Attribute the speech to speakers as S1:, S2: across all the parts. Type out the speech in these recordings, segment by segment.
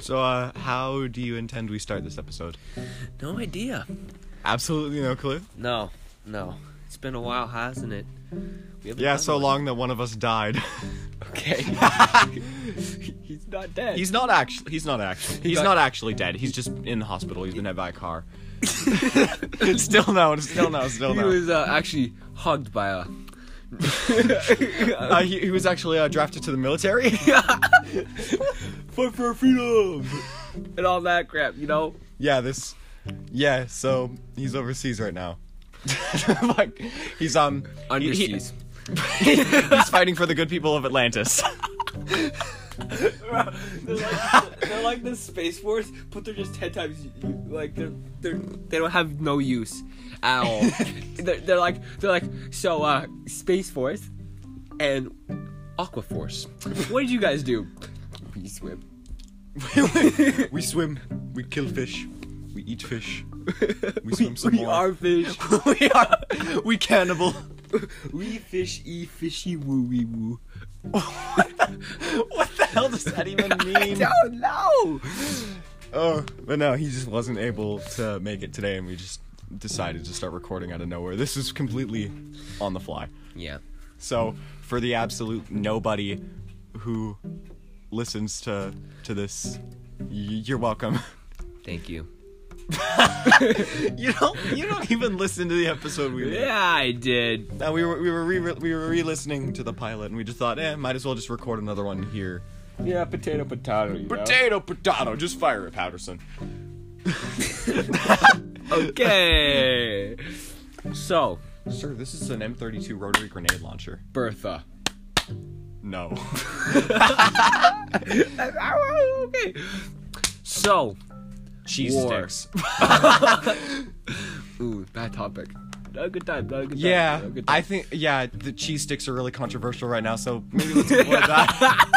S1: So, uh, how do you intend we start this episode?
S2: No idea.
S1: Absolutely no clue.
S2: No, no. It's been a while, hasn't it? We haven't
S1: Yeah,
S2: done
S1: so
S2: one.
S1: long that one of us died.
S2: Okay. He's not dead.
S1: he's not actually. He's not actually. He's
S2: got-
S1: not actually dead. He's just in the hospital. He's been hit by a car. still no. Still no. Still
S2: he
S1: no.
S2: was uh, actually hugged by a.
S1: Uh, he, he was actually uh, drafted to the military.
S2: Fight for freedom! and all that crap, you know?
S1: yeah. This. Yeah. So he's overseas right now. like he's um he- he-
S2: Underseas.
S1: he's fighting for the good people of Atlantis.
S2: they're, like, they're like the Space Force, but they're just 10 times. Like, they're. they're they don't have no use at all. they're, they're like. They're like, so, uh, Space Force and Aqua Force. What did you guys do? We swim.
S1: we swim. We kill fish. We eat fish. We
S2: we,
S1: swim some
S2: we
S1: more.
S2: are fish.
S1: we are we cannibal.
S2: we fish e fishy woo wee woo.
S1: What the hell does that even
S2: I
S1: mean?
S2: don't know.
S1: Oh, but no, he just wasn't able to make it today, and we just decided to start recording out of nowhere. This is completely on the fly.
S2: Yeah.
S1: So for the absolute nobody who listens to to this, y- you're welcome.
S2: Thank you.
S1: You don't you don't even listen to the episode we made.
S2: Yeah, I did.
S1: Now we were we were re- we were re-listening to the pilot, and we just thought, eh, might as well just record another one here.
S2: Yeah, potato, potato. You
S1: Potato, potato, just fire it, Patterson.
S2: Okay. so,
S1: Sir, this is an M32 rotary grenade launcher.
S2: Bertha.
S1: No.
S2: okay. So,
S1: Cheese
S2: War.
S1: sticks.
S2: ooh, bad topic. Not a good time. Not a good time.
S1: Yeah,
S2: not a good time.
S1: I think yeah, the cheese sticks are really controversial right now, so maybe let's avoid that.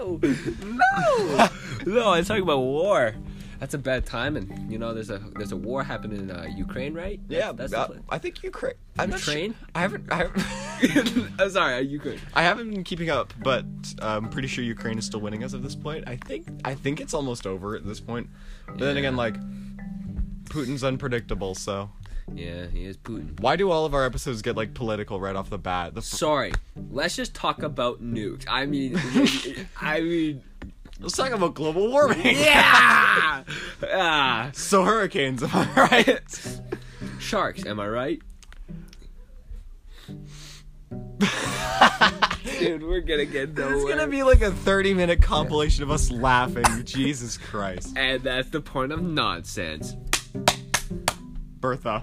S2: No, no, no! I'm talking about war. That's a bad timing. You know, there's a there's a war happening in uh, Ukraine, right?
S1: Yeah,
S2: that's.
S1: uh,
S2: the
S1: I think Ukraine. I'm not sure-
S2: Ukraine?
S1: I haven't. I haven't,
S2: pla- I'm sorry, uh, Ukraine.
S1: I haven't been keeping up, but I'm pretty sure Ukraine is still winning as of this point. I think. I think it's almost over at this point. But then
S2: Yeah.
S1: again, like, Putin's unpredictable, so
S2: Yeah, he is Putin.
S1: why do all of our episodes get like political right off the bat? The f-
S2: Sorry, let's just talk about nukes. I mean, I mean,
S1: Let's talk about global warming.
S2: yeah. ah,
S1: So hurricanes, am I right?
S2: sharks. Am I right? Dude, we're gonna get nowhere.
S1: It's gonna be like a 30 minute compilation of us laughing. Jesus Christ.
S2: and that's the point of nonsense,
S1: Bertha.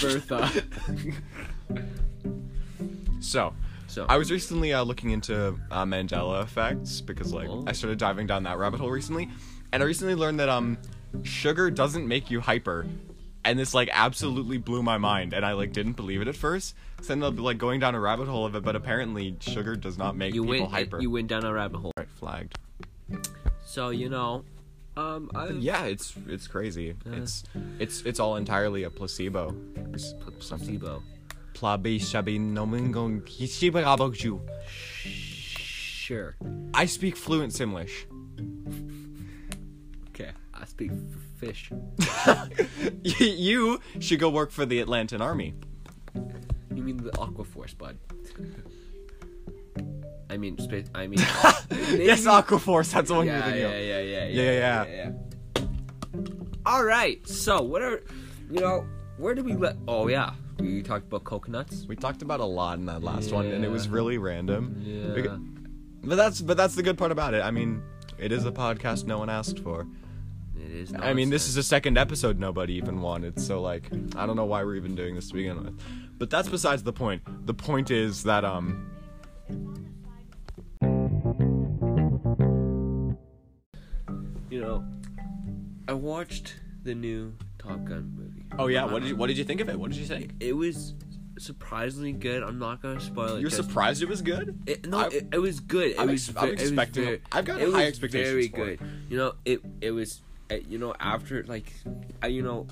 S2: Bertha.
S1: So,
S2: so
S1: I was recently uh, looking into uh, Mandela effects because, like,
S2: Oh.
S1: I started diving down that rabbit hole recently, and I recently learned that um, sugar doesn't make you hyper, and this like absolutely blew my mind, and I like didn't believe it at first. So then I'll be like going down a rabbit hole of it, but apparently sugar does not make
S2: you
S1: people
S2: went
S1: hyper.
S2: you went down a rabbit hole.
S1: right, flagged.
S2: So you know, um, I
S1: Yeah, it's it's crazy. It's it's it's all entirely a placebo. It's
S2: Pl- placebo.
S1: placebo.
S2: Sure.
S1: I speak fluent Simlish.
S2: Okay. I speak f- fish.
S1: you should go work for the Atlantan Army.
S2: You mean the Aqua Force, bud? I mean space. I mean.
S1: Yes, Aquaforce, that's the one you're
S2: Yeah,
S1: thinking
S2: yeah,
S1: of.
S2: yeah, yeah, yeah,
S1: Yeah, yeah,
S2: All right. So what are, you know, where did we let? Oh yeah, we talked about coconuts.
S1: We talked about a lot in that last one, and it was
S2: Yeah.
S1: really random.
S2: Yeah.
S1: Beca- But that's but that's the good part about it. I mean, it is a podcast no one asked for.
S2: It is.
S1: I mean, this is a second episode nobody even wanted, so like, I don't know why we're even doing this to begin with. But that's besides the point. The point is that um,
S2: You know, I watched the new Top Gun movie.
S1: oh yeah, what did you, what did you think of it? What did you think?
S2: It was surprisingly good. I'm not gonna spoil it.
S1: You're
S2: 'cause-
S1: surprised it was good?
S2: It, no,
S1: I-
S2: it, it was good. It
S1: I'm
S2: was.
S1: ex-
S2: ve-
S1: I'm
S2: it was
S1: expecting-
S2: very-
S1: I've got
S2: it
S1: high
S2: was
S1: expectations
S2: Very
S1: for it.
S2: good. You know, it it was uh, you know, after like, uh, you know,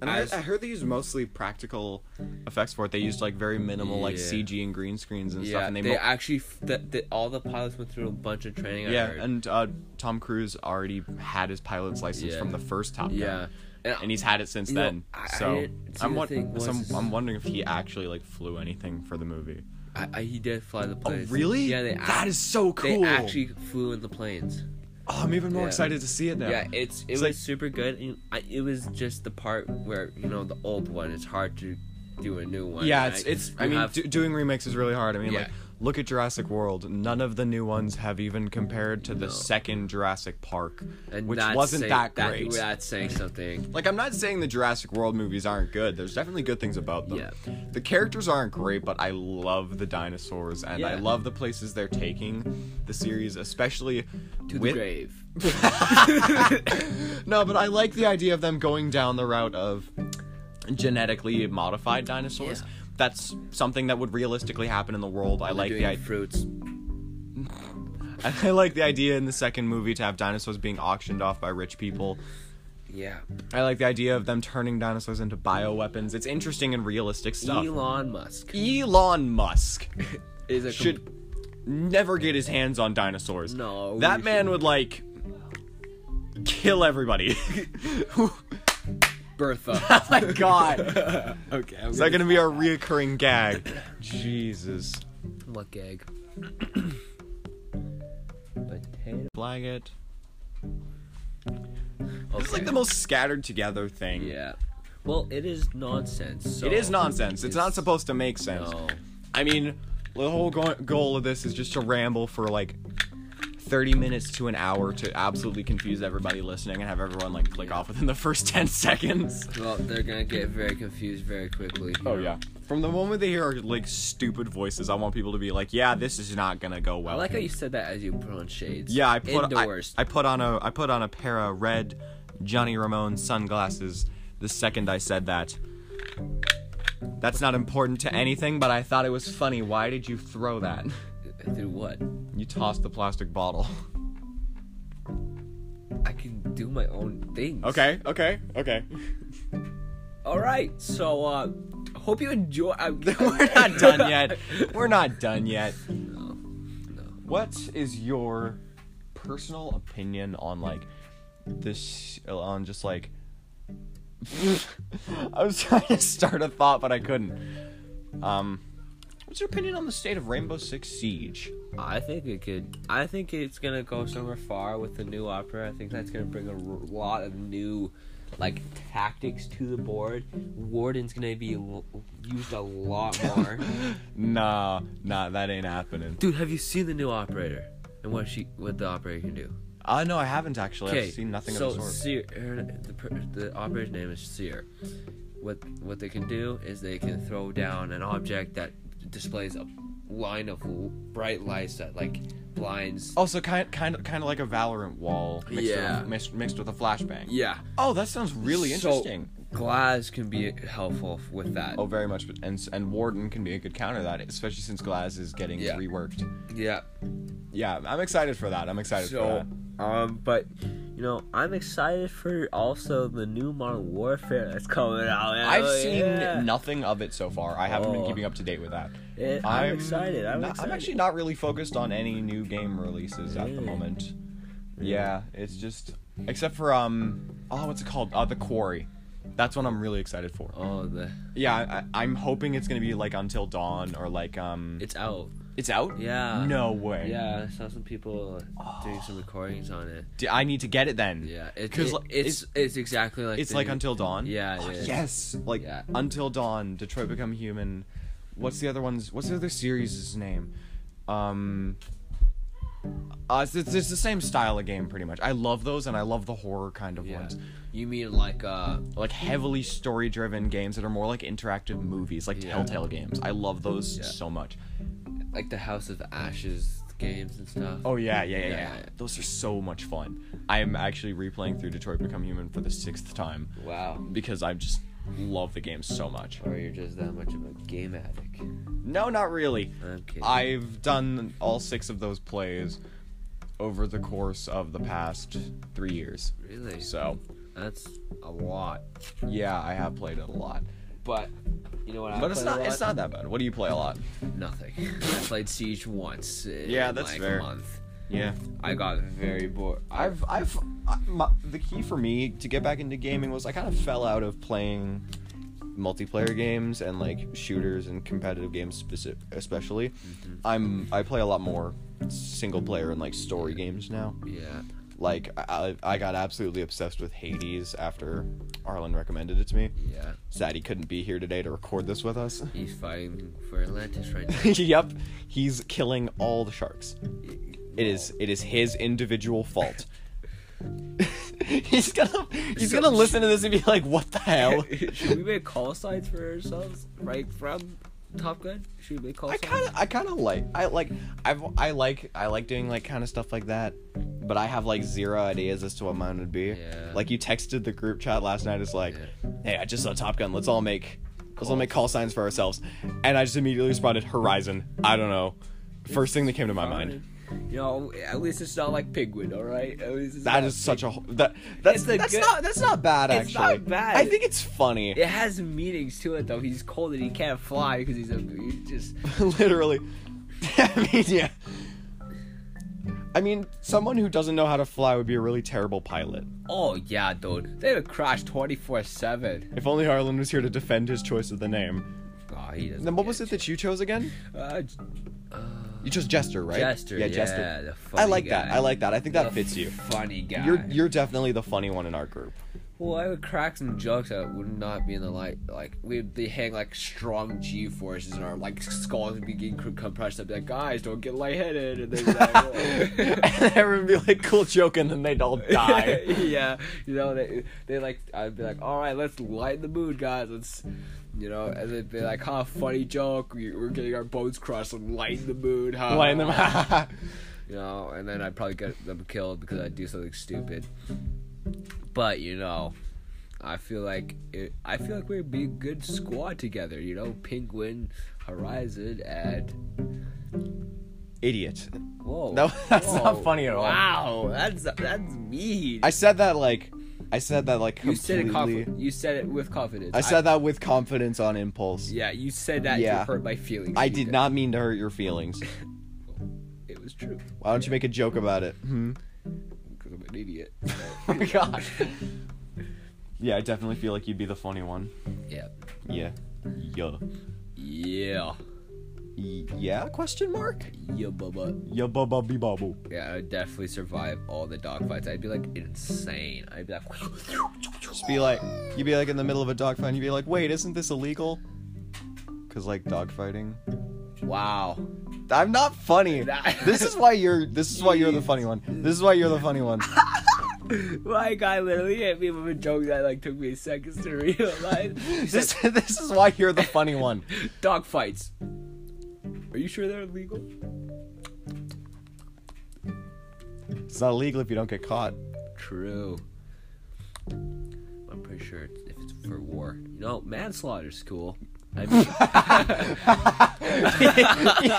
S1: And I,
S2: as-
S1: I heard they used mostly practical effects for it. They used like very minimal like
S2: Yeah.
S1: CG and green screens and stuff.
S2: yeah,
S1: And
S2: they,
S1: they, mo-
S2: actually f- the, the, all the pilots went through a bunch of training. I
S1: yeah,
S2: heard.
S1: and uh, Tom Cruise already had his pilot's license
S2: Yeah.
S1: from the first Top Gun.
S2: yeah,
S1: and he's had it since
S2: You know,
S1: then.
S2: I- I
S1: so
S2: didn't- see,
S1: I'm,
S2: the
S1: won-
S2: thing
S1: so I'm,
S2: was-
S1: I'm wondering if he actually like flew anything for the movie.
S2: I, I, he did fly the
S1: Oh
S2: planes.
S1: really?
S2: Yeah, they
S1: that is so
S2: they
S1: cool.
S2: actually flew in the planes.
S1: oh, I'm even more
S2: Yeah.
S1: excited to see it now.
S2: Yeah, it's it
S1: It's
S2: was
S1: like-
S2: super good. and I, it was just the part where you know the old one. It's hard to do a new one.
S1: Yeah,
S2: right?
S1: it's it's. I
S2: You
S1: mean,
S2: have-
S1: do, doing remakes is really hard. I mean,
S2: Yeah.
S1: like, look at Jurassic World. None of the new ones have even compared to the
S2: No.
S1: second Jurassic Park,
S2: and
S1: which
S2: that's
S1: wasn't
S2: say-
S1: that great.
S2: that's saying something.
S1: Like, I'm not saying the Jurassic World movies aren't good. There's definitely good things about them.
S2: Yeah.
S1: The characters aren't great, but I love the dinosaurs and I
S2: Yeah.
S1: love the places they're taking the series, especially
S2: To
S1: with.
S2: the grave.
S1: No, but I like the idea of them going down the route of genetically modified dinosaurs.
S2: Yeah.
S1: That's something that would realistically happen in the world. I like the
S2: doing
S1: idea.
S2: fruits.
S1: I like the idea in the second movie to have dinosaurs being auctioned off by rich people.
S2: Yeah.
S1: I like the idea of them turning dinosaurs into bioweapons. It's interesting and realistic stuff.
S2: Elon Musk
S1: Elon Musk
S2: is a
S1: should never get his hands on dinosaurs.
S2: No,
S1: That
S2: we
S1: man would like kill everybody. Oh
S2: com- Bertha.
S1: My god.
S2: okay. I'm
S1: Is that gonna be our reoccurring gag? Jesus.
S2: What gag? Potato.
S1: Flag it.
S2: Okay.
S1: It's like the most scattered together thing.
S2: Yeah. Well, it is nonsense. So
S1: It is nonsense. It's not
S2: It's-
S1: supposed to make sense.
S2: No.
S1: I mean, the whole go- goal of this is just to ramble for like 30 minutes to an hour to absolutely confuse everybody listening and have everyone like click off within the first 10 seconds.
S2: Well, they're gonna get very confused very quickly. you
S1: Oh
S2: know.
S1: yeah. From the moment they hear our like stupid voices, I want people to be like, "Yeah, this is not gonna go
S2: I
S1: well."
S2: like how you said that as you put on shades.
S1: yeah, I put I,
S2: indoors.
S1: I put on a I put on a pair of red Johnny Ramone sunglasses the second I said that. That's not important to anything, but I thought it was funny. Why did you throw that?
S2: Through what?
S1: You tossed the plastic bottle.
S2: I can do my own things.
S1: Okay, okay, okay.
S2: All right. So, uh, hope you enjoy. I,
S1: We're not done yet. We're not done yet.
S2: no, no.
S1: What is your personal opinion on like this on just like I was trying to start a thought but I couldn't. Um what's your opinion on the state of Rainbow Six Siege?
S2: I think it could. I think it's gonna go somewhere far with the new opera. I think that's gonna bring a r- lot of new, like tactics to the board. Warden's gonna be l- used a lot more.
S1: Nah, nah, that ain't happening.
S2: Dude, have you seen the new operator and what she, what the operator can do?
S1: Uh no, I haven't actually.
S2: Okay,
S1: I've seen nothing
S2: so
S1: of the sort.
S2: Seer, her, the, per- the operator's name is Seer. What what they can do is they can throw down an object that displays a line of l- bright lights that like blinds.
S1: Also kind kind of kind of like a Valorant wall mixed
S2: Yeah.
S1: with, mixed, mixed with a flashbang.
S2: Yeah,
S1: Oh, that sounds really
S2: So,
S1: interesting.
S2: Glass can be helpful f- with that.
S1: Oh, very much. but- And and Warden can be a good counter to that, especially since Glass is getting
S2: Yeah.
S1: reworked.
S2: Yeah.
S1: Yeah, I'm excited for that. I'm excited for
S2: So, um, but you know, I'm excited for also the new Modern Warfare that's coming out.
S1: that. I've
S2: Oh,
S1: seen
S2: yeah.
S1: nothing of it so far. I haven't been
S2: Oh.
S1: keeping up to date with that.
S2: Yeah, I'm, excited. I'm
S1: not-
S2: excited.
S1: I'm actually not really focused on any new game releases at the
S2: Really?
S1: moment. Yeah, it's just except for um oh what's it called? Uh, the Quarry. That's what I'm really excited for.
S2: Oh, the
S1: Yeah, I, I'm hoping it's gonna be like Until Dawn or like um
S2: it's out.
S1: it's out.
S2: Yeah.
S1: No way.
S2: Yeah, I saw some people doing some recordings on it.
S1: D- I need to get it then.
S2: Yeah, it,
S1: 'Cause,
S2: it-
S1: like,
S2: it's, it's exactly like
S1: It's
S2: the
S1: like
S2: new-
S1: Until Dawn.
S2: Yeah,
S1: Oh,
S2: it is.
S1: yes. Like
S2: Yeah.
S1: Until Dawn, Detroit Become Human. What's the other one's? What's the other series' name? Um. Uh, it's, it's, it's the same style of game, pretty much. I love those, and I love the horror kind of
S2: Yeah.
S1: ones,
S2: You mean like uh
S1: like heavily story-driven games that are more like interactive movies, like
S2: Yeah.
S1: Telltale games. I love those
S2: Yeah.
S1: so much.
S2: like the House of Ashes games and stuff?
S1: Oh yeah, yeah, yeah,
S2: Yeah,
S1: yeah.
S2: yeah.
S1: Those are so much fun. I am actually replaying through Detroit Become Human for the sixth time
S2: wow.
S1: because I just love the game so much.
S2: Or you're just that much of a game addict.
S1: No, not really.
S2: I'm kidding.
S1: I've done all six of those plays. over the course of the past three years.
S2: Really?
S1: So,
S2: That's a lot.
S1: yeah, I have played it a lot,
S2: But you know what? I
S1: but it's
S2: played a
S1: not it's not
S2: lot?
S1: that bad. What do you play a lot?
S2: nothing. I played Siege once. In
S1: Yeah, that's
S2: like
S1: fair.
S2: A month.
S1: Yeah,
S2: I got very bored. I
S1: I've I've I, my, the key for me to get back into gaming was I kind of fell out of playing multiplayer games and like shooters and competitive games speci- especially.
S2: Mm-hmm.
S1: I'm I play a lot more single player and like story games now.
S2: yeah.
S1: Like I I I got absolutely obsessed with Hades after Arlen recommended it to me.
S2: Yeah,
S1: Sad he couldn't be here today to record this with us.
S2: he's fighting for Atlantis right now.
S1: yep, he's killing all the sharks. It is it is his individual fault. he's gonna he's gonna listen to this and be like, "What the hell?"
S2: Should we make call signs for ourselves right from Top Gun? Should we make call
S1: I
S2: signs?
S1: kind of I kind of like I like I've I like I like doing like kind of stuff like that, but I have like zero ideas as to what mine would be.
S2: Yeah.
S1: Like you texted the group chat last night. It's like, "Hey, I just saw Top Gun. Let's all make let's all make call signs for ourselves," and I just immediately responded, "Horizon." I don't know. First thing that came to my mind.
S2: You know, at least it's not like Pigwood, all right? At least it's
S1: That
S2: not
S1: is such a ho- that that's
S2: It's a
S1: that's
S2: good-
S1: not that's not bad actually.
S2: It's not bad.
S1: I think it's funny.
S2: Pig- It has meanings to it though. He's cold and he can't fly because he's a he's just
S1: Literally. I mean, yeah. I mean, someone who doesn't know how to fly would be a really terrible pilot.
S2: oh yeah, dude. They would crash twenty four seven.
S1: If only Harlan was here to defend his choice of the name.
S2: Oh, he doesn't.
S1: Then what
S2: get
S1: was it that you chose again?
S2: Uh, j-
S1: You chose Jester, right?
S2: Jester. Yeah,
S1: Jester.
S2: The funny
S1: I like that.
S2: guy.
S1: I like that. I think
S2: The
S1: that fits you.
S2: Funny guy.
S1: You're you're definitely the funny one in our group.
S2: Well, I would crack some jokes that would not be in the light. Like we'd they hang like strong G forces in our like skulls would begin c- compressed up. Like guys, don't get lightheaded. And then like,
S1: and everyone would be like, cool joke, and then they'd all die.
S2: yeah, you know they they like I'd be like, all right, let's lighten the mood, guys. Let's. You know, and they'd be like, huh, funny joke. We, we're getting our bones crossed and lighten the mood, huh?
S1: Line them out.
S2: You know, and then I'd probably get them killed because I'd do something stupid. But you know, I feel like it, I feel like we'd be a good squad together. You know, Penguin, Horizon, and
S1: Idiot.
S2: whoa.
S1: No, that's
S2: whoa,
S1: not funny at all.
S2: Wow, that's that's mean.
S1: I said that like, I said that like
S2: you said
S1: completely.
S2: it confident. You said it with confidence.
S1: I said that with confidence on impulse.
S2: Yeah, you said that
S1: Yeah.
S2: to hurt my feelings.
S1: I
S2: You
S1: did not mean to hurt your feelings.
S2: It was true
S1: Why don't you make a joke about it? Hmm.
S2: because I'm an idiot.
S1: Oh my gosh. Yeah, I definitely feel like you'd be the funny one.
S2: yeah.
S1: Yeah. Yeah.
S2: Yeah.
S1: Y- Yeah? Question mark?
S2: Yeah, bubba.
S1: Yeah, bubba bee bubble.
S2: Yeah, I would definitely survive all the dogfights. I'd be like insane. I'd be like,
S1: Just be like, you'd be like in the middle of a dogfight, and you'd be like, wait, isn't this illegal? Cause like dogfighting.
S2: wow.
S1: I'm not funny.
S2: Nah.
S1: this is why you're. This is why you're the funny one. This is why you're the funny one.
S2: My guy literally hit me with a joke that like took me seconds to realize.
S1: This this is why you're the funny one.
S2: dogfights. Are you sure they're illegal?
S1: It's not illegal if you don't get caught.
S2: True. I'm pretty sure it's, if it's for war. You know, manslaughter's cool. I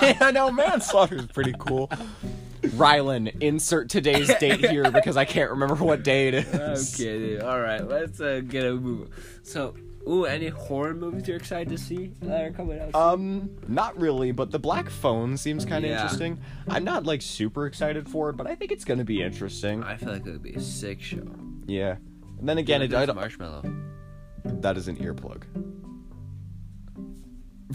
S2: mean,
S1: yeah, no, manslaughter is pretty cool. Rylan, insert today's date here because I can't remember what day it
S2: I'm
S1: is.
S2: kidding. All right, let's uh, get a move. So, ooh, any horror movies you're excited to see that are coming out?
S1: Um, not really, but the black phone seems kind of
S2: Yeah.
S1: interesting. I'm not like super excited for it, but I think it's gonna be interesting.
S2: I feel like it would be a sick show.
S1: Yeah. And then again, it, I
S2: It's
S1: don't-
S2: marshmallow.
S1: that is an earplug.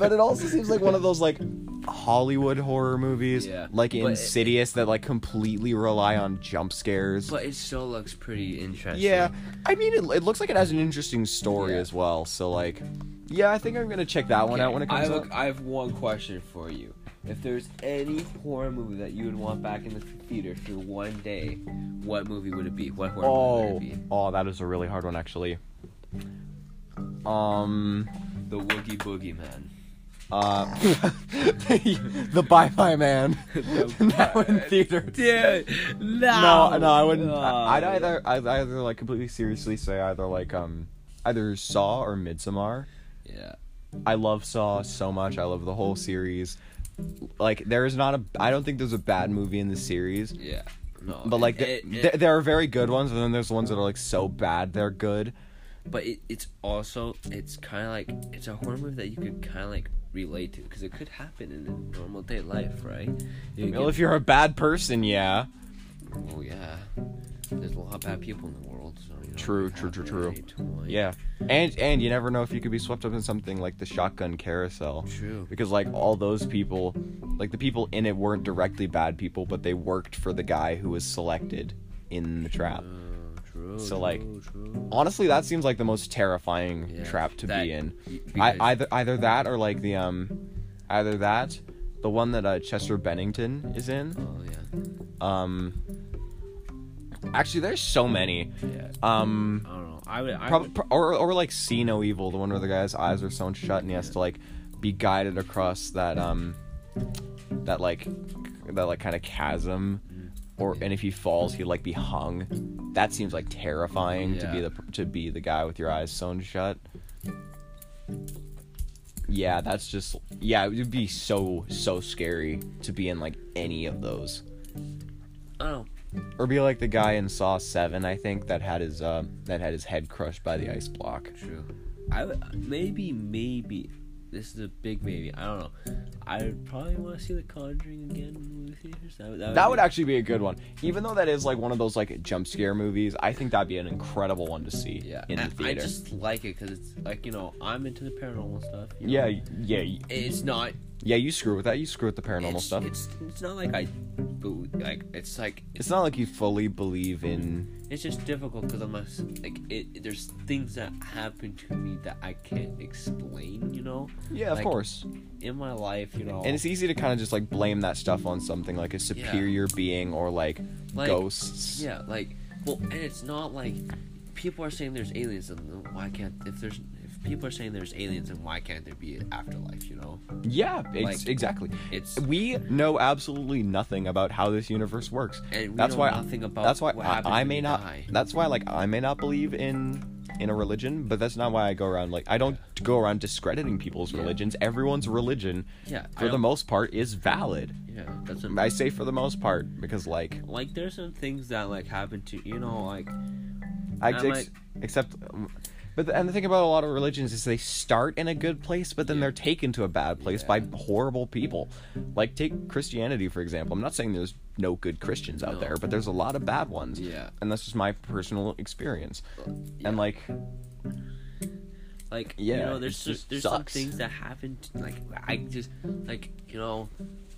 S1: but it also seems like one of those like Hollywood horror movies,
S2: Yeah.
S1: like
S2: But it-
S1: Insidious, that like completely rely on jump scares.
S2: But it still looks pretty interesting.
S1: Yeah, I mean, it, it looks like it has an interesting story
S2: Yeah.
S1: as well. So like, yeah, I think I'm gonna check that one out when it
S2: I
S1: comes
S2: have,
S1: out.
S2: a, I have one question for you. If there's any horror movie that you would want back in the theater for one day, what movie would it be? What horror
S1: Oh,
S2: movie would it be?
S1: oh, that is a really hard one actually. Um,
S2: The Woogie Boogie Man.
S1: uh, the, the Bye Bye Man. that one in theater.
S2: Dude, no.
S1: No, no, I wouldn't.
S2: Oh,
S1: I- I'd either, I'd either like completely seriously say either like um, either Saw or Midsommar.
S2: Yeah.
S1: I love Saw so much. I love the whole series. like there is not a I don't think there's a bad movie in the series.
S2: Yeah. No.
S1: But like
S2: it-
S1: th-
S2: it- it-
S1: th- there are very good ones and then there's ones that are like so bad they're good.
S2: but it, it's also it's kind of like it's a horror movie that you could kind of like relate to because it could happen in a normal day life, right? You
S1: Well,
S2: get-
S1: if you're a bad person, yeah.
S2: oh yeah, there's a lot of bad people in the world. So you know,
S1: True,
S2: it
S1: true, true,
S2: happens
S1: true.
S2: right to one.
S1: Yeah. And and you never know if you could be swept up in something like the shotgun carousel.
S2: True.
S1: Because like all those people, like the people in it weren't directly bad people, but they worked for the guy who was selected in the trap.
S2: Oh, true.
S1: So, like,
S2: true, true.
S1: Honestly, that seems like the most terrifying
S2: Yeah,
S1: trap to
S2: that-
S1: be in.
S2: because-
S1: I, either either that or like the um either that the one that uh, Chester Bennington is in.
S2: Oh yeah.
S1: Um Actually, there's so many.
S2: Yeah.
S1: Um
S2: I don't know. I would. I
S1: Prob-
S2: would
S1: pro- or or like see no evil, the one where the guy's eyes are sewn shut and he has to like be guided across that um that like that like kind of chasm, or and if he falls he'd like be hung. That seems like terrifying to be
S2: Yeah.
S1: the to be the guy with your eyes sewn shut. Yeah, that's just yeah. It would be so so scary to be in like any of those,
S2: I don't know.
S1: or be like the guy in Saw Seven, I think that had his uh, that had his head crushed by the ice block.
S2: True. I would- maybe maybe this is a big maybe. I don't know. I would probably want to see The Conjuring again in movie theaters. That would that would,
S1: That
S2: be-
S1: would actually be a good one. Even though that is like one of those like jump scare movies, I think that'd be an incredible one to see
S2: yeah.
S1: in the
S2: and
S1: theater.
S2: I just like it because it's like you know I'm into the paranormal stuff. you
S1: yeah,
S2: know.
S1: y- yeah, y-
S2: It's not
S1: yeah. You screw with that. You screw with the paranormal
S2: it's,
S1: stuff. It's,
S2: It's it's not like I, boo- like it's like
S1: not like you fully believe in.
S2: it's just difficult because I'm a s- like it. There's things that happen to me that I can't explain. You know.
S1: Yeah, of
S2: Like,
S1: course.
S2: In my life, you know.
S1: And it's easy to kind of just like blame that stuff on something like a superior being or like,
S2: Like,
S1: ghosts.
S2: Yeah, like, well, and it's not like people are saying there's aliens, and why can't if there's if people are saying there's aliens, then why can't there be an afterlife? You know,
S1: yeah, it's,
S2: Like,
S1: exactly.
S2: it's
S1: We know absolutely nothing about how this universe works.
S2: And we
S1: that's
S2: know
S1: why
S2: nothing about
S1: that's why
S2: what
S1: I,
S2: happens
S1: I
S2: when
S1: may
S2: you
S1: not.
S2: die.
S1: That's why like I may not believe in in a religion, but that's not why I go around like I don't go around discrediting people's
S2: Yeah.
S1: religions. Everyone's religion,
S2: Yeah, I
S1: for the
S2: don't-
S1: most part, is valid.
S2: yeah, that's a,
S1: I say for the most part because like
S2: like there's some things that like happen to you know like
S1: I,
S2: I'm
S1: ex-
S2: like-
S1: except. um, But the, and the thing about a lot of religions is they start in a good place, but then
S2: Yeah.
S1: they're taken to a bad place
S2: Yeah.
S1: by horrible people. Like take Christianity for example. I'm not saying there's no good Christians out
S2: No.
S1: there, but there's a lot of bad ones.
S2: Yeah.
S1: and that's just my personal experience.
S2: yeah,
S1: And like,
S2: like you
S1: yeah,
S2: know
S1: it
S2: there's
S1: just
S2: just there's
S1: sucks.
S2: some things that happen to, like I just like you know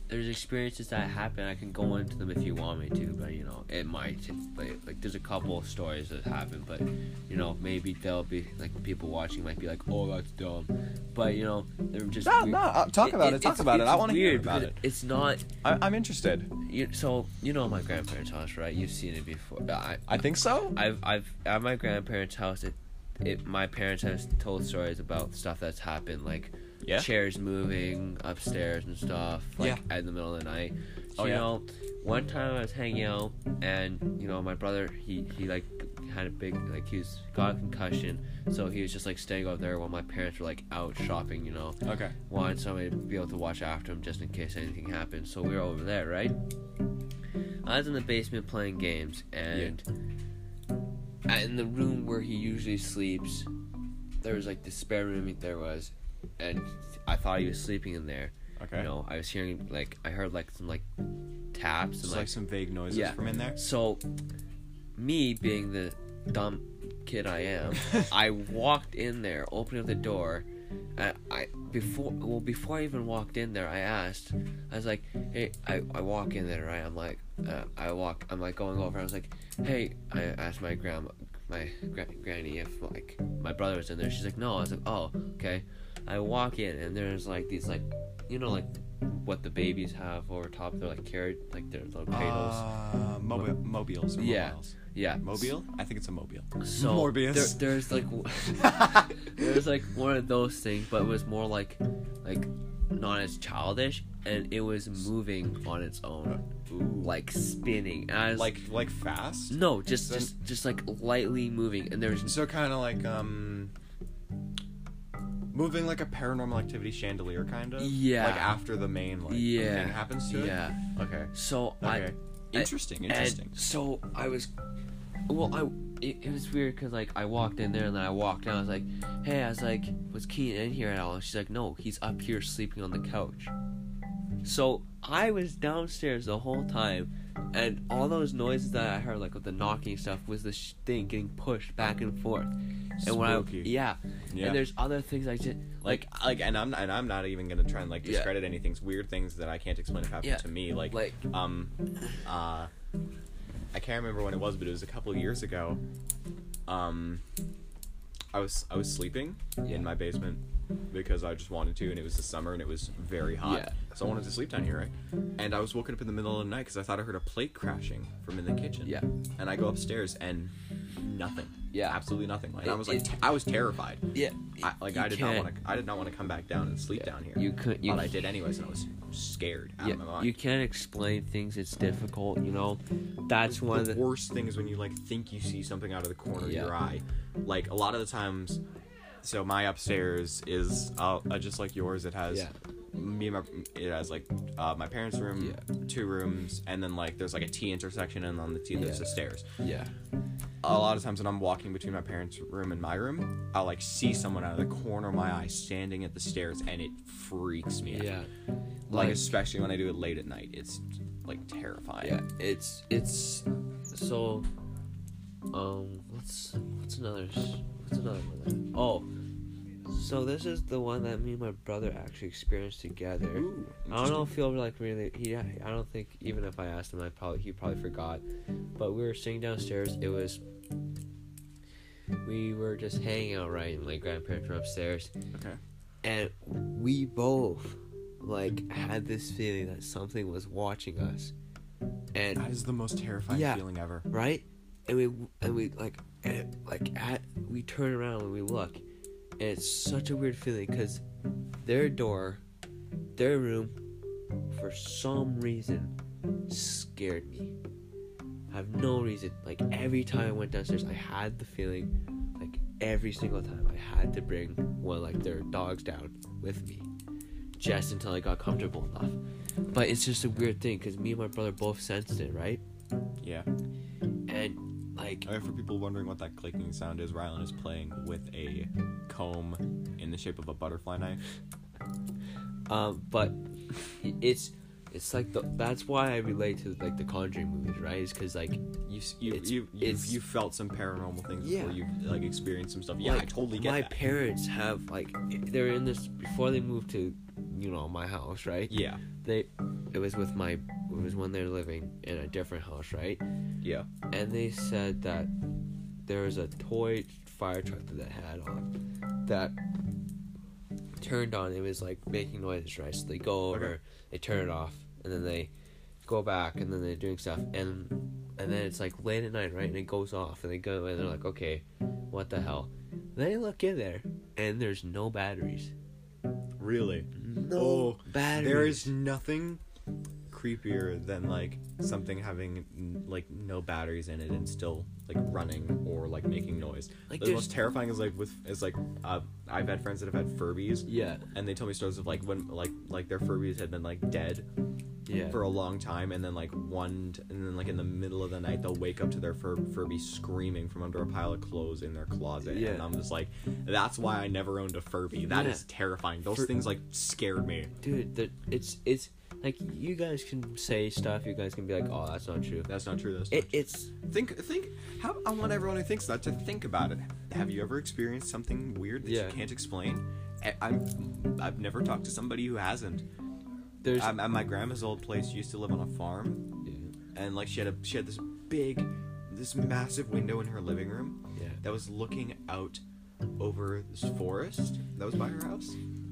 S2: there's experiences that happen I can go into them if you want me to but you know it might like, like there's a couple of stories that happen but you know maybe they'll be like people watching might be like oh that's dumb but you know they're just
S1: No,
S2: weird.
S1: no, uh, talk about it, talk
S2: it's-
S1: about it. I
S2: it's
S1: wanna hear
S2: weird
S1: about
S2: because
S1: it.
S2: it's not
S1: I- I'm interested.
S2: you, so you know my grandparents house right you've seen it before I,
S1: I think so.
S2: I've I've at my grandparents' house. It, it my parents have told stories about stuff that's happened, like
S1: Yeah.
S2: chairs moving upstairs and stuff, like
S1: Yeah.
S2: in the middle of the night. So,
S1: Oh,
S2: you
S1: yeah.
S2: know, one time I was hanging out, and you know my brother he he like had a big like he was got a concussion, so he was just like staying over there while my parents were like out shopping, you know
S1: Okay.
S2: wanted somebody to be able to watch after him just in case anything happened. So we were over there, right? I was in the basement playing games, and and in the room where he usually sleeps, there was like the spare room there was, and I thought he was sleeping in there.
S1: Okay.
S2: You know, I was hearing like I heard like some like taps and
S1: Just
S2: like
S1: like some vague noises
S2: Yeah.
S1: from in there.
S2: so, me being the dumb kid I am, I walked in there, opened up the door, and I before well before I even walked in there, I asked, I was like, hey, I, I walk in there, right? I'm like, uh, I walk, I'm like going over, I was like, hey, I asked my grandma, my gra- granny if like my brother was in there. She's like, no. I was like, oh, okay. I walk in and there's like these like, you know like. What the babies have over top, they're like carried, like their little cradles.
S1: Uh, mobi- mobiles. Or
S2: Yeah.
S1: mobiles.
S2: Yeah.
S1: Mobile? I think it's a mobile.
S2: So
S1: Morbius.
S2: There, there's like w- there's like one of those things, but it was more like like not as childish, and it was moving on its own, like spinning. And I was
S1: Like like fast.
S2: no, just
S1: then-
S2: just just like lightly moving, and there's
S1: So kind of like um moving like a paranormal activity chandelier kind of.
S2: Yeah.
S1: Like after the main like
S2: Yeah.
S1: thing happens to it.
S2: Yeah.
S1: Okay.
S2: So
S1: Okay.
S2: I
S3: Interesting,
S2: and
S3: interesting.
S2: so I was, well, I it, it was weird because like I walked in there and then I walked out. I was like, hey, I was like, was Keenan in here at all? And she's like, no, he's up here sleeping on the couch. So I was downstairs the whole time, and all those noises that I heard, like with the knocking stuff, was this sh- thing getting pushed back and forth. And when I
S1: Spooky.
S2: yeah,
S1: Yeah.
S2: and there's other things I did
S1: Like like and I'm and I'm not even gonna try and like
S2: Yeah.
S1: discredit anything. It's weird things that I can't explain have happened
S2: Yeah.
S1: to me. Like
S2: like
S1: um uh I can't remember when it was, but it was a couple years ago. Um I was I was sleeping
S2: Yeah.
S1: in my basement because I just wanted to and it was the summer and it was very hot.
S2: Yeah.
S1: So I wanted to sleep down here, right? And I was woken up in the middle of the night cuz I thought I heard a plate crashing from in the kitchen.
S2: Yeah.
S1: And I go upstairs and nothing.
S2: Yeah.
S1: Absolutely nothing. Like I
S2: It-
S1: was like
S2: it-
S1: I was terrified.
S2: yeah,
S1: I, like I did not want to I did not want to come back down and sleep
S2: Yeah.
S1: down here.
S2: You could you
S1: but I did anyways and I was scared out
S2: yeah,
S1: of my mind.
S2: you can't explain things. It's difficult, you know. That's one of
S1: the
S2: the
S1: worst thing is when you like think you see something out of the corner
S2: Yeah.
S1: of your eye. Like a lot of the times, so my upstairs is uh, uh, just like yours. It has
S2: Yeah.
S1: me and my it has like uh, my parents' room,
S2: Yeah.
S1: two rooms, and then like there's like a T intersection, and on the T there's
S2: Yeah.
S1: the stairs.
S2: yeah,
S1: A lot of times when I'm walking between my parents' room and my room, I like see someone out of the corner of my eye standing at the stairs, and it freaks me. out.
S2: yeah,
S1: Like,
S2: Like-
S1: especially when I do it late at night, it's like terrifying.
S2: yeah. It's it's so. Um, what's what's another s- what's another one? That, oh, so this is the one that me and my brother actually experienced together.
S1: Ooh,
S2: I don't know if he'll like really. He, I don't think even if I asked him, I probably he probably forgot. But we were sitting downstairs. It was. We were just hanging out, right? And my grandparents were upstairs,
S1: Okay.
S2: and we both like had this feeling that something was watching us, and
S1: That is the most terrifying
S2: Yeah.
S1: feeling ever.
S2: right? And we and we like and it, like at we turn around and we look, and it's such a weird feeling because their door, their room, for some reason, scared me. I have no reason. Like every time I went downstairs, I had the feeling, like every single time, I had to bring one like their dogs down with me, just until I got comfortable enough. But it's just a weird thing because me and my brother both sensed it, right?
S1: Yeah.
S2: and like
S1: Uh, for people wondering what that clicking sound is, Rylan is playing with a comb in the shape of a butterfly knife.
S2: um but it's it's like the that's why i relate to like the conjuring movies right is because like
S1: You s- you
S2: It's-
S1: you, you,
S2: it's-
S1: you felt some paranormal things
S2: Yeah.
S1: before you like experienced some stuff. Yeah, I
S2: like,
S1: totally get
S2: my
S1: that.
S2: parents have like they're in this before they moved to you know my house right
S1: yeah,
S2: they it was with my it was when they're living in a different house right
S1: yeah,
S2: and they said that there was a toy fire truck that they had on that turned on. It was like making noises, right? So they go over,
S1: Okay.
S2: they turn it off, and then they go back, and then they're doing stuff, and and then it's like late at night, right? And it goes off, and they go, and they're like, okay, what the hell? They look in there, and there's no batteries.
S1: really.
S2: No
S1: Oh,
S2: batteries.
S1: There is nothing creepier than like something having n- like no batteries in it and still like running or like making noise.
S2: Like,
S1: the
S2: there's-
S1: most terrifying is like with is like uh, I've had friends that have had Furbies.
S2: Yeah.
S1: and they told me stories of like when like like their Furbies had been like dead
S2: yeah.
S1: for a long time, and then like one t- and then like in the middle of the night they'll wake up to their fur- Furby screaming from under a pile of clothes in their closet,
S2: Yeah.
S1: and I'm just like, that's why I never owned a Furby. That is
S2: Yeah.
S1: terrifying. Those
S2: Fur-
S1: things like scared me.
S2: Dude, the, it's it's like you guys can say stuff. You guys can be like, oh, that's not true.
S1: That's not true. That's not
S2: It, it's
S1: Think, think. How, I want everyone who thinks that to think about it. Have you ever experienced something weird that
S2: Yeah.
S1: you can't explain? I, I'm, I've never talked to somebody who hasn't.
S2: there's
S1: I'm, at my grandma's old place, she used to live on a farm,
S2: yeah,
S1: and like she had a, she had this big, this massive window in her living room
S2: yeah.
S1: that was looking out over this forest that was by her house,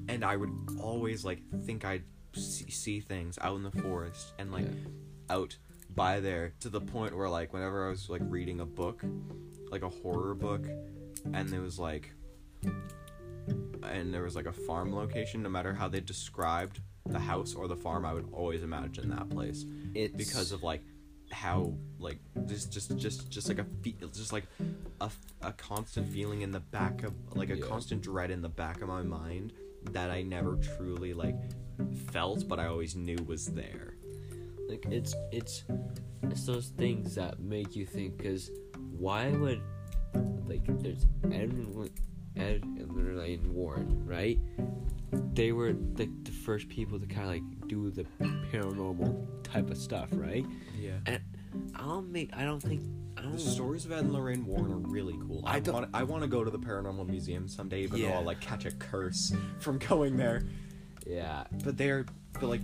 S1: and I would always like think I'd see, see things out in the forest and like
S2: Yeah.
S1: out by there to the point where like whenever I was like reading a book, like a horror book, and there was like and there was like a farm location, no matter how they described the house or the farm, I would always imagine that place.
S2: It's-
S1: because of like how like just just just just like a fe- just like a, a constant feeling in the back of like a
S4: Yeah.
S1: constant dread in the back of my mind that I never truly like felt but I always knew was there.
S2: like it's it's it's those things that make you think because why would like there's Ed and Wi- Ed and Lorelai and Warren right they were like the first people to kind of like do the paranormal type of stuff right
S1: Yeah.
S2: and I don't make I don't think I don't
S1: The stories of Ed and Lorraine Warren are really cool. I,
S2: I don't-
S1: want I want to go to the paranormal museum someday, even though
S2: Yeah.
S1: I'll like catch a curse from going there.
S2: yeah
S1: But they're but like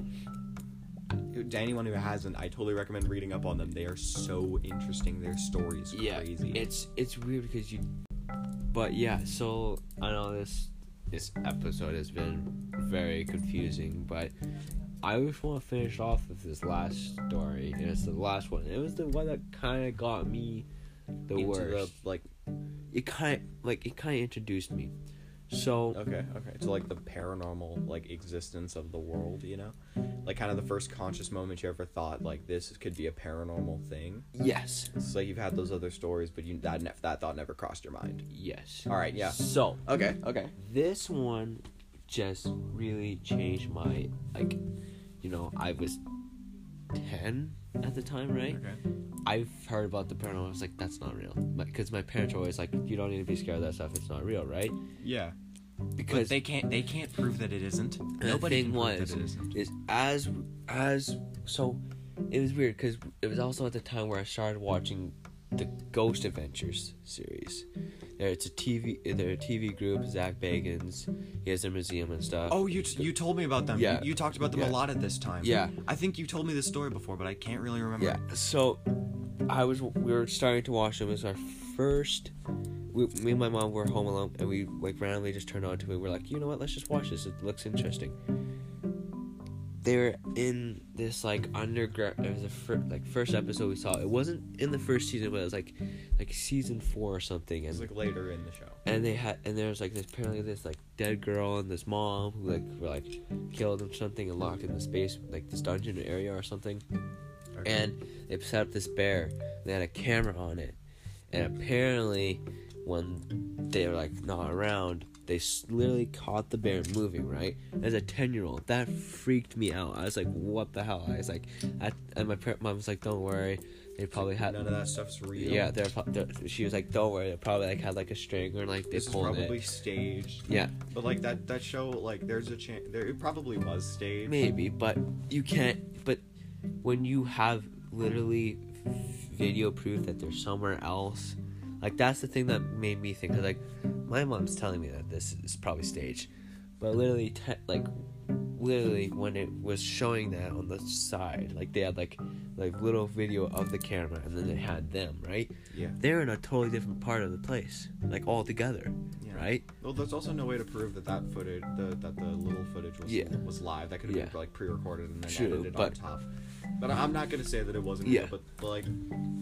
S1: to anyone who hasn't, I totally recommend reading up on them. They are so interesting. Their stories
S2: yeah
S1: crazy.
S2: it's it's weird because you but yeah so i know this this episode has been very confusing but i just want to finish off with this last story and it's the last one it was the one that kind of got me the
S1: Into
S2: worst
S1: the, like
S2: it kind of like it kind of introduced me so
S1: okay, okay. To like the paranormal like existence of the world, you know? Like kind of the first conscious moment you ever thought like this could be a paranormal thing.
S2: yes
S1: It's like you've had those other stories, but you that ne- that thought never crossed your mind.
S2: yes
S1: All right, yeah.
S2: so
S1: Okay, okay.
S2: this one just really changed my like you know i was 10 at the time right
S5: Okay.
S2: i've heard about the paranormal i was like that's not real because my, parents were always like you don't need to be scared of that stuff it's not real right
S5: Yeah.
S2: because
S5: can't. They can't prove that it isn't.
S2: the thing was is as as so it was weird because it was also at the time where i started watching the ghost adventures series there it's a tv they're a tv group zach bagans he has a museum and stuff
S1: Oh, you you told me about them.
S2: Yeah.
S1: You, you talked about them
S2: Yeah.
S1: a lot at this time.
S2: Yeah.
S1: I think you told me this story before, but I can't really remember.
S2: Yeah. So I was we were starting to watch it. It was our first. We, me and my mom were home alone, and we like randomly just turned on to it. We're like, you know what? Let's just watch this. It looks interesting. They were in this like underground. It was the fir- like first episode we saw. It wasn't in the first season, but it was like like season four or something.
S1: It was
S2: And
S1: like later in the show.
S2: and they had and there was like this apparently this like dead girl and this mom who like were like killed or something and locked in the space like this dungeon area or something and they set up this bear they had a camera on it and apparently when they were like not around they s- literally caught the bear moving right as a 10 year old that freaked me out i was like what the hell i was like I, and my par- mom was like don't worry they probably had
S1: None of that stuff's real.
S2: yeah, they're, pro- they're. She was like, "Don't worry." They probably like had like a string or like they
S1: This is
S2: pulled
S1: probably
S2: it.
S1: staged.
S2: Yeah,
S1: But like that that show, like there's a chance there it probably was staged.
S2: maybe, but you can't. But when you have literally video proof that they're somewhere else, like that's the thing that made me think. 'cause, like, my mom's telling me that this is probably staged, but literally, te- like, literally when it was showing that on the side, like they had like like little video of the camera, and then they had them right.
S1: Yeah.
S2: They're in a totally different part of the place, like all together,
S1: Yeah.
S2: right?
S1: Well, there's also no way to prove that that footage, the, that the little footage was
S2: Yeah.
S1: was live. That could have
S2: Yeah.
S1: been like pre-recorded and then
S2: True,
S1: edited
S2: but-
S1: on top. But I'm not gonna say that it wasn't
S2: Yeah.
S1: real. But, but like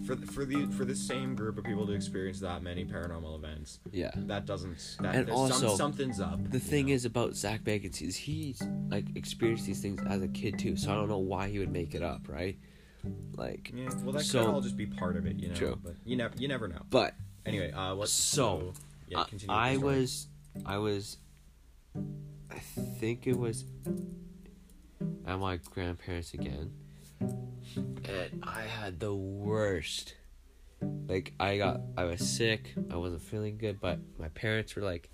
S1: for th- for the for the same group of people to experience that many paranormal events,
S2: Yeah.
S1: that doesn't. That,
S2: And
S1: there's some-
S2: also,
S1: something's up.
S2: The thing is about Zach Bagans is he's like experienced these things as a kid too, so I don't know why he would make it up, right? Like,
S1: Yeah, well, that
S2: So-
S1: could all just be part of it, you know.
S2: True.
S1: But you never, you never know.
S2: but
S1: Anyway, uh, what?
S2: So,
S1: yeah,
S2: I-
S1: continue with
S2: I,
S1: the story.
S2: was, I was, I think it was at my grandparents again, and I had the worst. Like I got, I was sick. I wasn't feeling good, but my parents were like,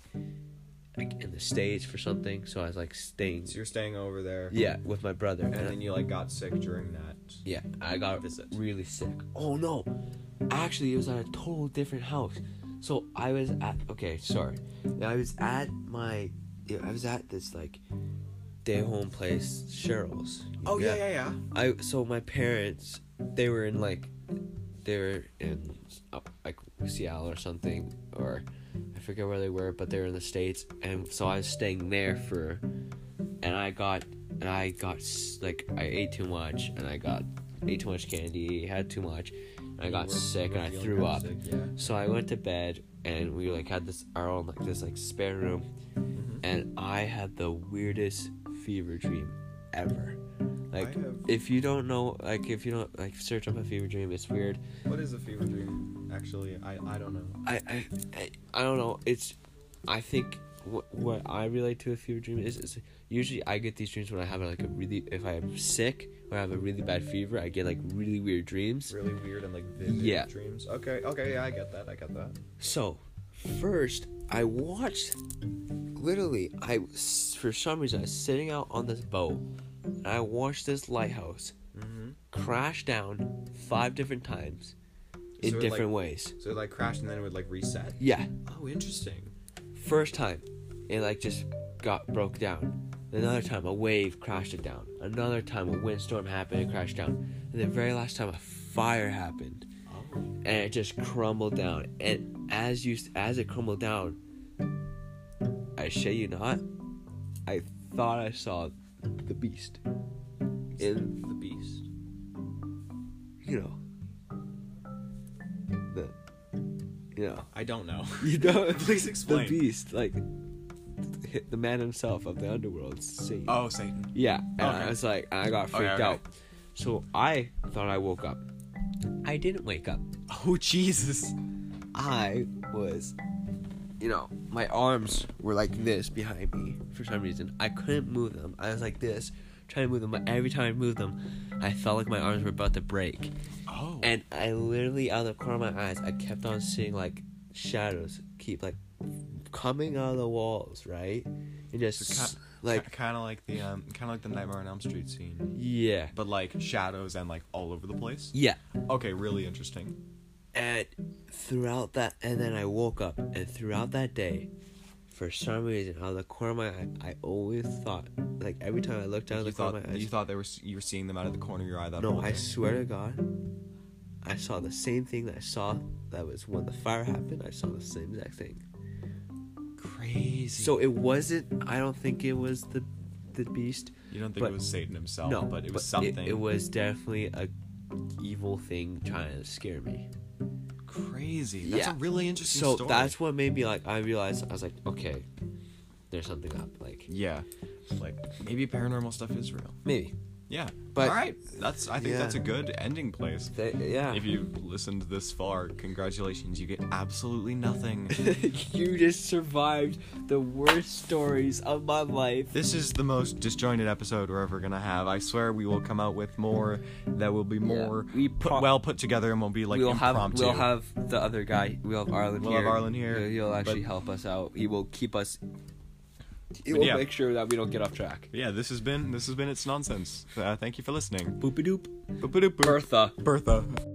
S2: like in the states for something, so I was like staying.
S1: So you're staying over there,
S2: Yeah, with my brother.
S1: and
S2: And
S1: then you like got sick during that.
S2: Yeah, I got
S1: Visit.
S2: really sick. Oh no. Actually, it was at a total different house. So I was at okay, sorry. I was at my yeah, I was at this like day home place, Cheryl's.
S1: Oh, yeah, yeah.
S2: I so my parents they were in like they were in up like Seattle or something or I forget where they were, but they were in the states, and so I was staying there for, and I got and I got s- like I ate too much and I got ate too much candy, had too much, and I got
S1: You were-
S2: sick
S1: you were
S2: and I
S1: feeling
S2: threw
S1: kinda
S2: up.
S1: sick, yeah.
S2: So I went to bed and we like had this our own like this like spare room Mm-hmm. and I had the weirdest fever dream ever. Like
S6: have-
S2: if you don't know, like if you don't like search up a fever dream, it's weird.
S6: What is a fever dream? Actually, I I don't know.
S2: I I, I, I don't know. It's I think what what I relate to a fever dream is is usually I get these dreams when I have like a really if I'm sick or I have a really bad fever, I get like really weird dreams.
S6: Really weird and like vivid
S2: Yeah.
S6: dreams. Okay, okay, yeah, I get that. I get that.
S2: So, first, I watched. Literally, I for some reason I was sitting out on this boat, and I watched this lighthouse
S6: Mm-hmm.
S2: crash down five different times,
S6: So
S2: in
S6: it, like-
S2: different ways.
S6: So it like crashed and then it would like reset.
S2: Yeah,
S6: Oh, interesting.
S2: first time, it like just got broke down. Another time, a wave crashed it down. Another time, a windstorm happened and crashed down. And the very last time, a fire happened,
S6: Oh,
S2: and it just crumbled down. And as you as it crumbled down, I say you not, I thought I saw the beast. In
S6: The beast.
S2: you know, the you know
S6: I don't know.
S2: you know
S6: Please explain.
S2: the beast like hit the man himself of the underworld Satan.
S1: Oh, Satan.
S2: Yeah, and
S1: Okay.
S2: I was like, I got freaked
S1: okay.
S2: out. So I thought I woke up. I didn't wake up.
S1: Oh, Jesus.
S2: I was, you know, my arms were like this behind me for some reason. I couldn't move them. I was like this, trying to move them, but every time I moved them, I felt like my arms were about to break.
S1: Oh.
S2: And I literally, out of the corner of my eyes, I kept on seeing like shadows keep like coming out of the walls, right? And just
S1: It's
S2: like,
S1: kind of like the um, kind of like the Nightmare on Elm Street scene,
S2: yeah,
S1: but like shadows and like all over the place.
S2: yeah.
S1: Okay, really interesting.
S2: And throughout that, and then I woke up, and throughout that day, for some reason, out of the corner of my eye, I always thought, like every time I looked down at
S1: You
S2: the corner of
S1: thought
S2: my eyes,
S1: you thought they were s- you were seeing them out of the corner of your eye that
S2: no,
S1: whole
S2: I
S1: day.
S2: swear to God, I saw the same thing that I saw that was when the fire happened. I saw the same exact thing.
S1: crazy.
S2: So it wasn't. I don't think it was the, the beast.
S1: you don't think
S2: but-
S1: it was Satan himself?
S2: No,
S1: but it was something.
S2: It, was definitely a evil thing trying to scare me.
S1: crazy. That's a
S2: Yeah.
S1: really interesting
S2: So
S1: story.
S2: that's what made me like. I realized I was like, okay, there's something up. Like
S1: yeah, like maybe paranormal stuff is real.
S2: maybe.
S1: Yeah.
S2: But-
S1: all right, that's I think
S2: Yeah.
S1: that's a good ending place.
S2: That, yeah.
S1: If you've listened this far, congratulations, you get absolutely nothing.
S7: you just survived the worst stories of my life.
S1: This is the most disjointed episode we're ever gonna have. I swear we will come out with more that will be more
S7: we
S1: put,
S7: pro-
S1: well put together and will be like
S7: we'll
S1: impromptu.
S7: have we'll have the other guy. We'll have Arlen
S1: We'll
S7: here.
S1: have Arlen here,
S7: He'll, he'll actually
S1: but-
S7: help us out. He will keep us. He will
S1: yeah.
S7: make sure that we don't get off track.
S1: yeah, this has been this has been it's nonsense. Uh, thank you for listening.
S7: Boop a doop.
S1: Boop-a-doop-boop.
S7: Bertha.
S1: Bertha.